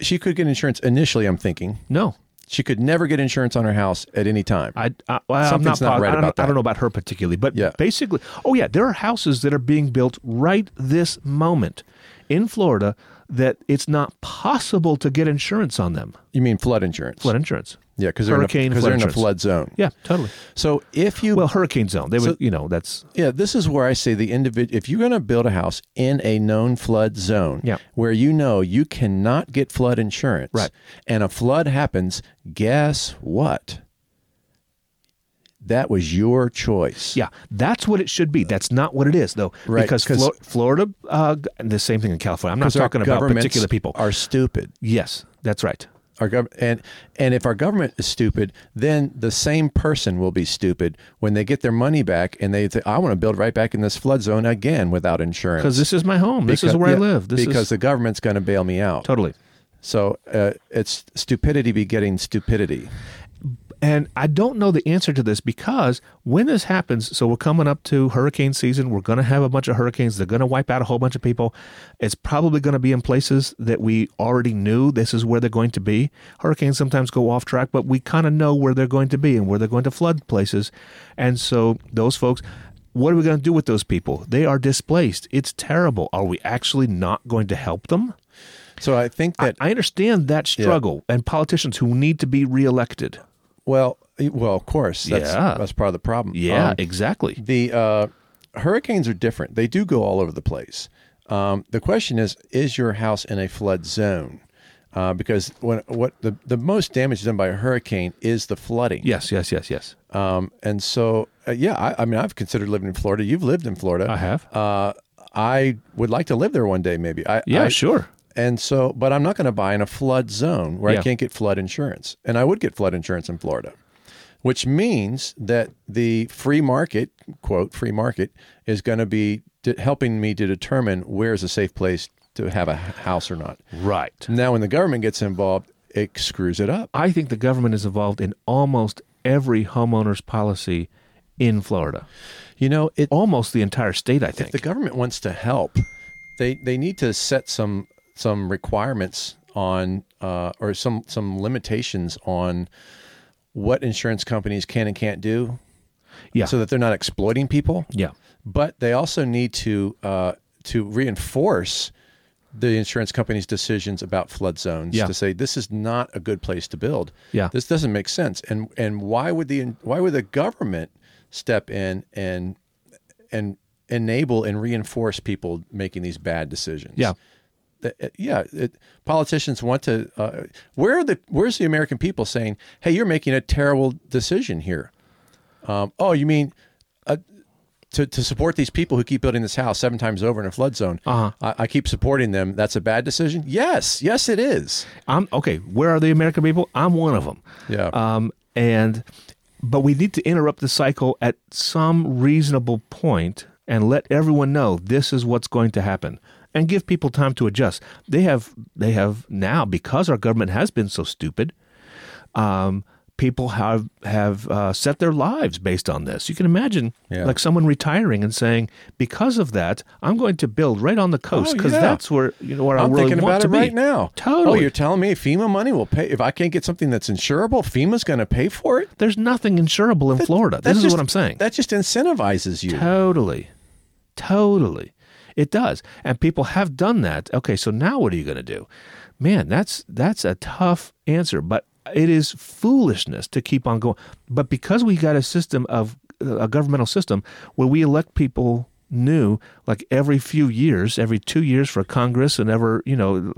she could get insurance initially, I'm thinking.
No.
She could never get insurance on her house at any time.
I, I well, I'm
Something's
not,
not
pos-
right
I, don't,
about
I don't
that.
know about her particularly, but
Yeah.
basically, oh yeah, there are houses that are being built right this moment in Florida that it's not possible to get insurance on them.
you mean flood insurance?
Flood insurance.
Yeah, because they're, in a,
Hurricane
'cause they're in a
flood
flood zone.
Yeah, totally.
So if you
Well, hurricane zone. They would,
So-
you know, that's
Yeah, this is where I say the individual. If you're going to build a house in a known flood zone,
Yeah.
where you know you cannot get flood insurance,
Right.
and a flood happens, guess what? That was your choice.
yeah, that's what it should be. That's not what it is though,
Right,
because
'cause-
Flo- Florida, uh, g- and the same thing in California. I'm not
because
talking
our
about
governments
particular people.
are stupid.
yes, that's right.
Our gov- and and if our government is stupid, then the same person will be stupid when they get their money back and they say, "I want to build right back in this flood zone again without insurance."
Because this is my home. this is
Because-
where I
yeah,
live. This
because
is
the government's going to bail me out.
totally.
So uh, it's stupidity begetting stupidity.
And I don't know the answer to this because when this happens, so we're coming up to hurricane season. We're going to have a bunch of hurricanes. They're going to wipe out a whole bunch of people. It's probably going to be in places that we already knew this is where they're going to be. Hurricanes sometimes go off track, but we kind of know where they're going to be and where they're going to flood places. And so those folks, what are we going to do with those people? They are displaced. It's terrible. Are we actually not going to help them?
So I think
I,
that
I understand that struggle and politicians who need to be reelected.
well, eh, well, of course, that's
Yeah.
that's part of the problem.
Yeah,
Um,
exactly.
the uh, hurricanes are different. They do go all over the place. Um, the question is, is your house in a flood zone? Uh, because when, what the, the most damage done by a hurricane is the flooding.
Yes, yes, yes, yes.
Um, and so, uh, yeah, I, I mean, I've considered living in Florida. You've lived in Florida.
I have.
Uh, I would like to live there one day, maybe. I,
yeah,
I,
sure.
And so, but I'm not going to buy in a flood zone where
Yeah.
I can't get flood insurance. And I would get flood insurance in Florida, which means that the free market, quote, free market, is going to be de- helping me to determine where's a safe place to have a h- house or not.
Right.
Now, when the government gets involved, it screws it up.
I think the government is involved in almost every homeowner's policy in Florida.
You know, it,
Almost the entire state, I think.
the government wants to help. They they need to set some some requirements on uh, or some some limitations on what insurance companies can and can't do
yeah.
so that they're not exploiting people.
yeah.
But they also need to uh, to reinforce the insurance company's decisions about flood zones
Yeah.
to say this is not a good place to build.
Yeah.
This doesn't make sense. And and why would the why would the government step in and and enable and reinforce people making these bad decisions?
Yeah.
That- it- yeah, it, politicians want to. Uh, where are the where's the American people saying, "Hey, you're making a terrible decision here"? Um, oh, you mean uh, to to support these people who keep building this house seven times over in a flood zone?
Uh-huh.
I, I keep supporting them. That's a bad decision. Yes, yes, it is.
I'm okay. Where are the American people? I'm one of them.
Yeah.
Um, and but we need to interrupt the cycle at some reasonable point and let everyone know this is what's going to happen and give people time to adjust. They have they have now because our government has been so stupid. Um, people have have uh, set their lives based on this. You can imagine
Yeah.
like someone retiring and saying because of that I'm going to build right on the coast because
Oh, yeah.
that's where you know where I
I'm
really
thinking
want
about
to
it
be
right now.
Totally.
Oh, you're telling me FEMA money will pay if I can't get something that's insurable? FEMA's going to pay for it.
There's nothing insurable in Florida.
That
This is
just-
what I'm saying.
That just incentivizes you.
Totally. Totally. It does. And people have done that. Okay, so now what are you going to do? Man, that's that's a tough answer, but it is foolishness to keep on going. But because we got a system of a governmental system where we elect people new like every few years, every two years for Congress, and ever, you know,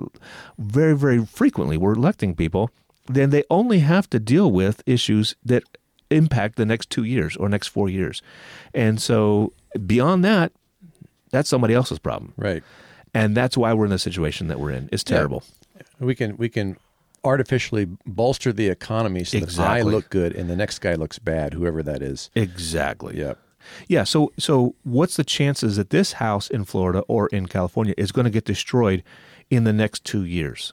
very, very frequently we're electing people, then they only have to deal with issues that impact the next two years or next four years. And so beyond that, that's somebody else's problem.
Right.
And that's why we're in the situation that we're in. It's terrible.
We can we can artificially bolster the economy so
Exactly.
that I look good and the next guy looks bad, whoever that is.
Exactly.
Yep.
Yeah. So, so what's the chances that this house in Florida or in California is going to get destroyed in the next two years?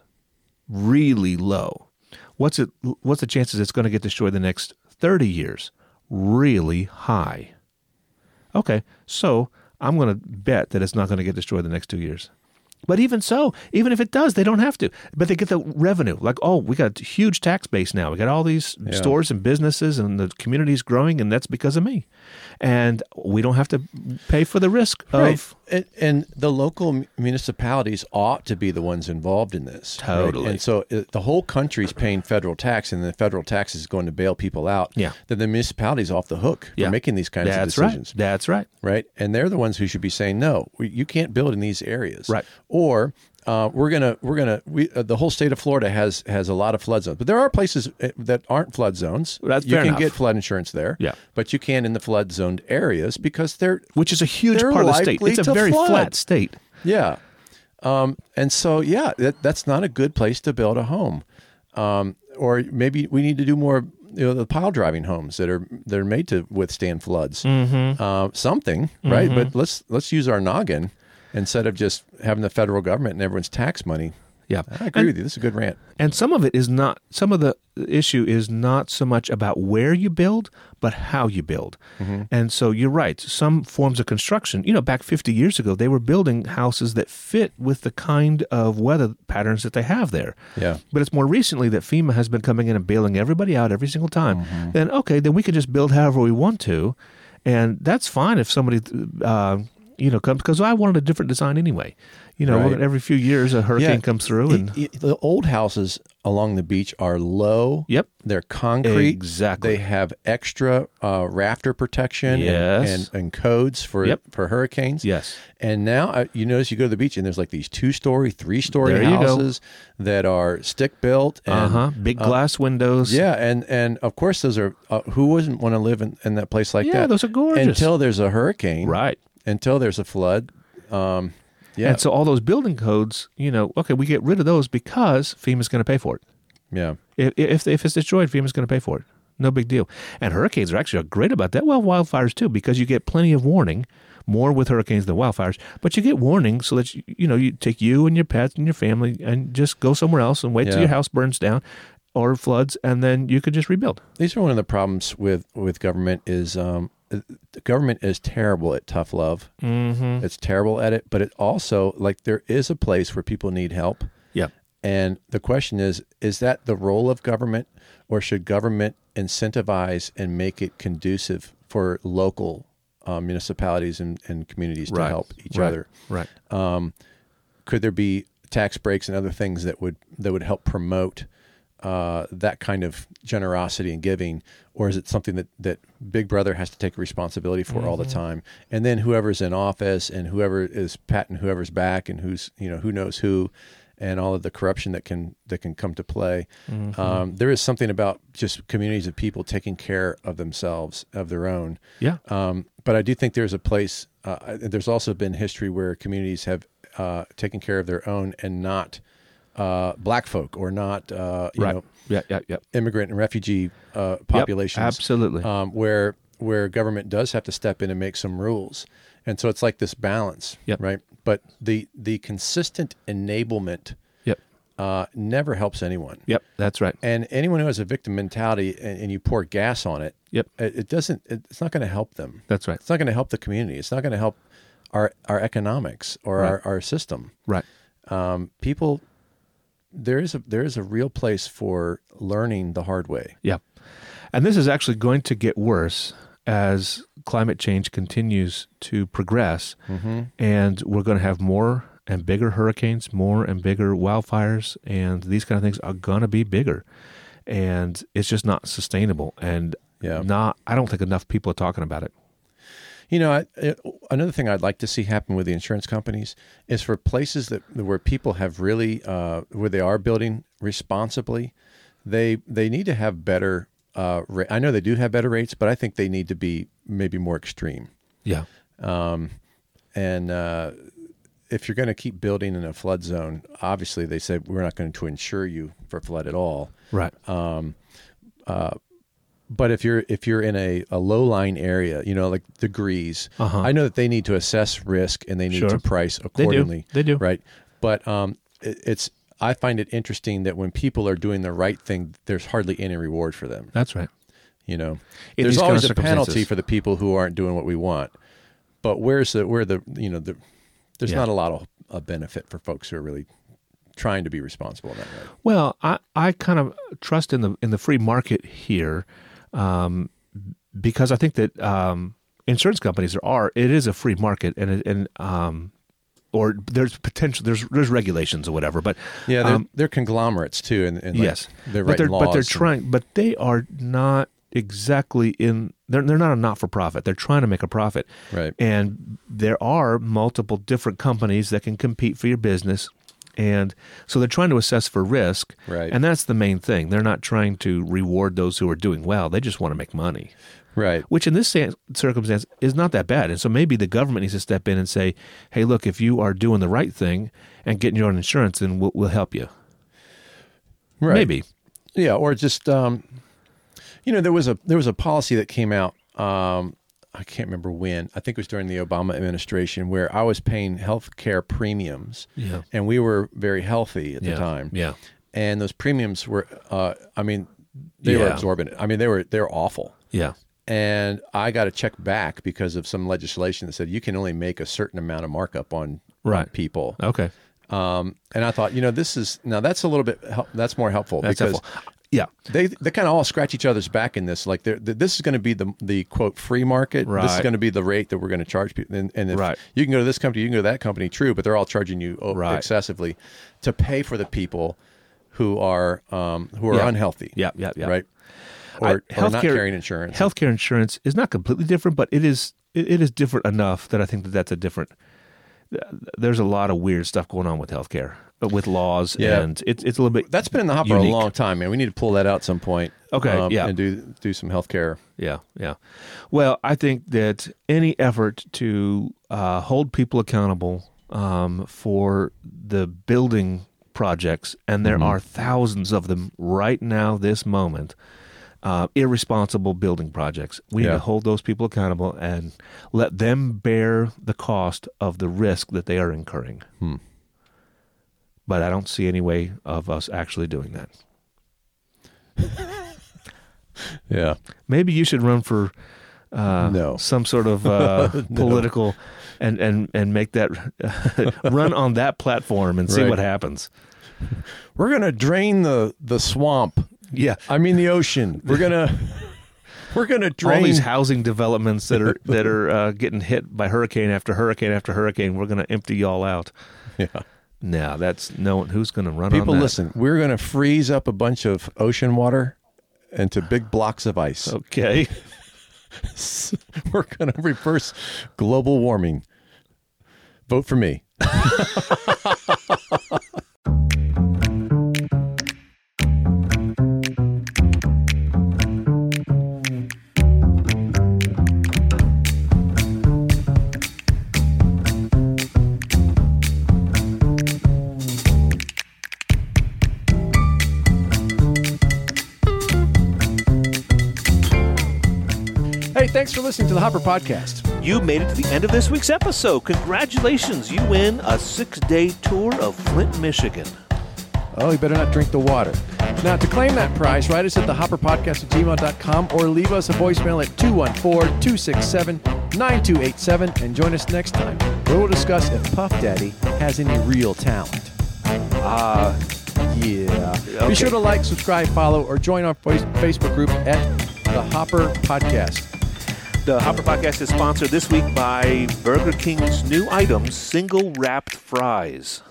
Really low. What's it? What's the chances it's going to get destroyed the next thirty years? Really high. Okay. So I'm going to bet that it's not going to get destroyed the next two years. But even so, even if it does, they don't have to. But they get the revenue. Like, oh, we got a huge tax base now. We got all these stores and businesses, and the community's growing, and that's because of me. And we don't have to pay for the risk of.
And, and the local mu- municipalities ought to be the ones involved in this. right?
Totally.
And so uh, the whole country's paying federal tax, and the federal tax is going to bail people out.
Yeah.
Then the municipality's off the hook
Yeah.
for making these kinds
That's
of decisions.
right. That's right.
right? And they're the ones who should be saying no. We, you can't build in these areas,
Right.
Or uh, we're gonna we're gonna we uh, the whole state of Florida has has a lot of flood zones, but there are places uh, that aren't flood zones.
That's
you
fair
can
enough.
get flood insurance there,
Yeah.
but you can in the flood zoned areas because they're
Which is a huge
They're
part of the state.
likely
It's a
to
very
flood.
flat state.
yeah. Um, and so yeah, that, that's not a good place to build a home. Um, or maybe we need to do more. You know, the pile driving homes that are that are made to withstand floods. Uh, something, right? But let's let's use our noggin instead of just having the federal government and everyone's tax money.
Yeah.
I agree with you. This is a good rant.
And some of it is not, some of the issue is not so much about where you build, but how you build.
Mm-hmm.
And so you're right. Some forms of construction, you know, back 50 years ago, they were building houses that fit with the kind of weather patterns that they have there.
Yeah.
But it's more recently that FEMA has been coming in and bailing everybody out every single time.
Mm-hmm.
Then, okay, then we can just build however we want to. And that's fine if somebody, uh, you know, comes because I wanted a different design anyway. You know,
Right.
every few years a hurricane comes through
I-
and.
I- the old houses along the beach are low.
Yep.
They're concrete.
Exactly.
They have extra uh, rafter protection and-
Yes.
and, and, codes for
Yep.
for hurricanes.
Yes.
And now uh, you notice you go to the beach and there's like these two story, three
There
story
you go.
houses that are stick built and
Uh huh. Big glass windows.
Yeah, and and of course those are uh, who wouldn't want to live in, in that place like
Yeah,
that.
those are gorgeous.
Until there's a hurricane,
Right.
Until there's a flood. Um, yeah,
And so all those building codes, you know, okay, we get rid of those because FEMA's going to pay for it.
yeah,
If if, if it's destroyed, FEMA's going to pay for it. No big deal. And hurricanes are actually great about that. Well, wildfires too, because you get plenty of warning. More with hurricanes than wildfires, but you get warning so that you, you know you take you and your pets and your family and just go somewhere else and wait till
Yeah.
your house burns down or floods, and then you could just rebuild.
these are one of the problems with with government is um, the government is terrible at tough love. Mm-hmm. It's terrible at it, but it also like there is a place where people need help.
Yeah,
And the question is is that the role of government or should government incentivize and make it conducive for local uh, municipalities and, and communities to help each other? Uh,
Right.
Could there be tax breaks and other things that would that would help promote uh, that kind of generosity and giving, or is it something that, that Big Brother has to take responsibility for all the time? And then whoever's in office and whoever is patting whoever's back and who's you know who knows who, and all of the corruption that can that can come to play. Um, there is something about just communities of people taking care of themselves of their own.
Yeah.
Um, but I do think there's a place. Uh, I- there's also been history where communities have uh, taken care of their own and not uh, black folk or not uh, you
right.
know
yeah. Yeah. Yeah.
immigrant and refugee uh, populations.
absolutely.
Um, where where government does have to step in and make some rules, and so it's like this balance,
Yep.
right? But the the consistent enablement
Yep.
uh, never helps anyone.
Yep. That's right.
And anyone who has a victim mentality and, and you pour gas on it,
Yep.
it, it doesn't. It, it's not going to help them.
That's right.
It's not going to help the community. It's not going to help our our economics or our, our system.
Right.
Um, people, there is a there is a real place for learning the hard way.
Yeah. And this is actually going to get worse as climate change continues to progress. And we're going to have more and bigger hurricanes, more and bigger wildfires, and these kind of things are going to be bigger. And it's just not sustainable. And
Yeah.
not, I don't think enough people are talking about it.
You know, I, it, another thing I'd like to see happen with the insurance companies is for places that where people have really uh, where they are building responsibly, they they need to have better. Uh, ra- I know they do have better rates, but I think they need to be maybe more extreme.
Yeah.
And uh, if you're going to keep building in a flood zone, obviously they said we're not going to insure you for flood at all.
Right.
But if you're if you're in a, a low line area, you know like degrees, I know that they need to assess risk and they need
Uh-huh. Sure.
to price accordingly.
They do.
right? But um, it, it's I find it interesting that when people are doing the right thing, there's hardly any reward for them.
That's right.
You know,
In
there's
these kind
always
of
a penalty
circumstances.
for the people who aren't doing what we want. But where's the where the you know the there's
Yeah.
not a lot of a benefit for folks who are really trying to be responsible in that way.
Well, I, I kind of trust in the in the free market here, um, because I think that um, insurance companies are it is a free market and it, and um, or there's potential there's there's regulations or whatever, but
Yeah, they're,
um,
they're conglomerates too, and, and like,
yes,
they're
but
writing
they're
laws.
but they're
and-
trying, but they are not exactly in. They're they're not a not for profit. They're trying to make a profit,
Right.
And there are multiple different companies that can compete for your business, and so they're trying to assess for risk,
Right.
And that's the main thing. They're not trying to reward those who are doing well. They just want to make money
right.
which in this sa- circumstance is not that bad. And so maybe the government needs to step in and say, hey, look, if you are doing the right thing and getting your own insurance, then we'll, we'll help you.
Right.
Maybe.
Yeah, or just um, you know, there was a there was a policy that came out. Um, I can't remember when. I think it was during the Obama administration where I was paying health care premiums,
Yeah.
and we were very healthy at
Yeah.
the time.
Yeah.
and those premiums were, uh, I mean, they were
Yeah.
absorbent. I mean, they were they're awful.
Yeah.
And I got a check back because of some legislation that said you can only make a certain amount of markup on
Right.
people.
Okay.
Um, and I thought, you know, this is now that's a little bit help, that's more helpful
That's
because
helpful. Yeah.
they they kind of all scratch each other's back in this. Like, they're, th- this is going to be the the quote free market. This is
Right.
going to be the rate that we're going to charge people. And, and if
Right.
you can go to this company, you can go to that company. True, but they're all charging you o-
Right.
excessively to pay for the people who are um, who are
Yeah.
unhealthy.
Yeah, yeah, yeah.
Right.
I-
Or, or not carrying insurance.
Healthcare insurance is not completely different, but it is it, it is different enough that I think that that's a different. There's a lot of weird stuff going on with healthcare, uh, with laws,
Yeah.
and it's it's a little bit.
That's been in the hopper
Unique.
a long time, man. We need to pull that out at some point. um,
Okay, yeah.
And do do some healthcare.
Yeah, yeah. Well, I think that any effort to uh, hold people accountable um, for the building projects, and there are thousands of them right now, this moment, uh, irresponsible building projects. We need
Yeah.
to hold those people accountable and let them bear the cost of the risk that they are incurring. But I don't see any way of us actually doing that.
Yeah.
Maybe you should run for uh,
No.
some sort of uh, political and, and, and make that run on that platform and see
Right.
what happens.
We're gonna drain the the swamp.
Yeah.
I mean the ocean. We're gonna we're gonna drain
All these housing developments that are that are uh, getting hit by hurricane after hurricane after hurricane, we're going to empty y'all out.
Yeah.
Now that's no one who's going to run. on
People,
that?
listen. We're going to freeze up a bunch of ocean water into big blocks of ice.
Okay.
We're going to reverse global warming. Vote for me.
Hey, thanks for listening to the Hopper Podcast.
You made it to the end of this week's episode. Congratulations, you win a six day tour of Flint, Michigan.
Oh, you better not drink the water. Now, to claim that prize, write us at thehopperpodcast at gmail.com or leave us a voicemail at 214 267 9287 and join us next time where we'll discuss if Puff Daddy has any real talent. Ah, yeah. Be sure to like, subscribe, follow, or join our face- Facebook group at The Hopper Podcast.
The Hopper Podcast is sponsored this week by Burger King's new item, single wrapped fries.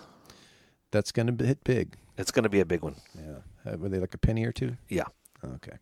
That's going to hit big.
It's going to be a big one.
Yeah. Uh, were they like a penny or two?
Yeah.
Okay.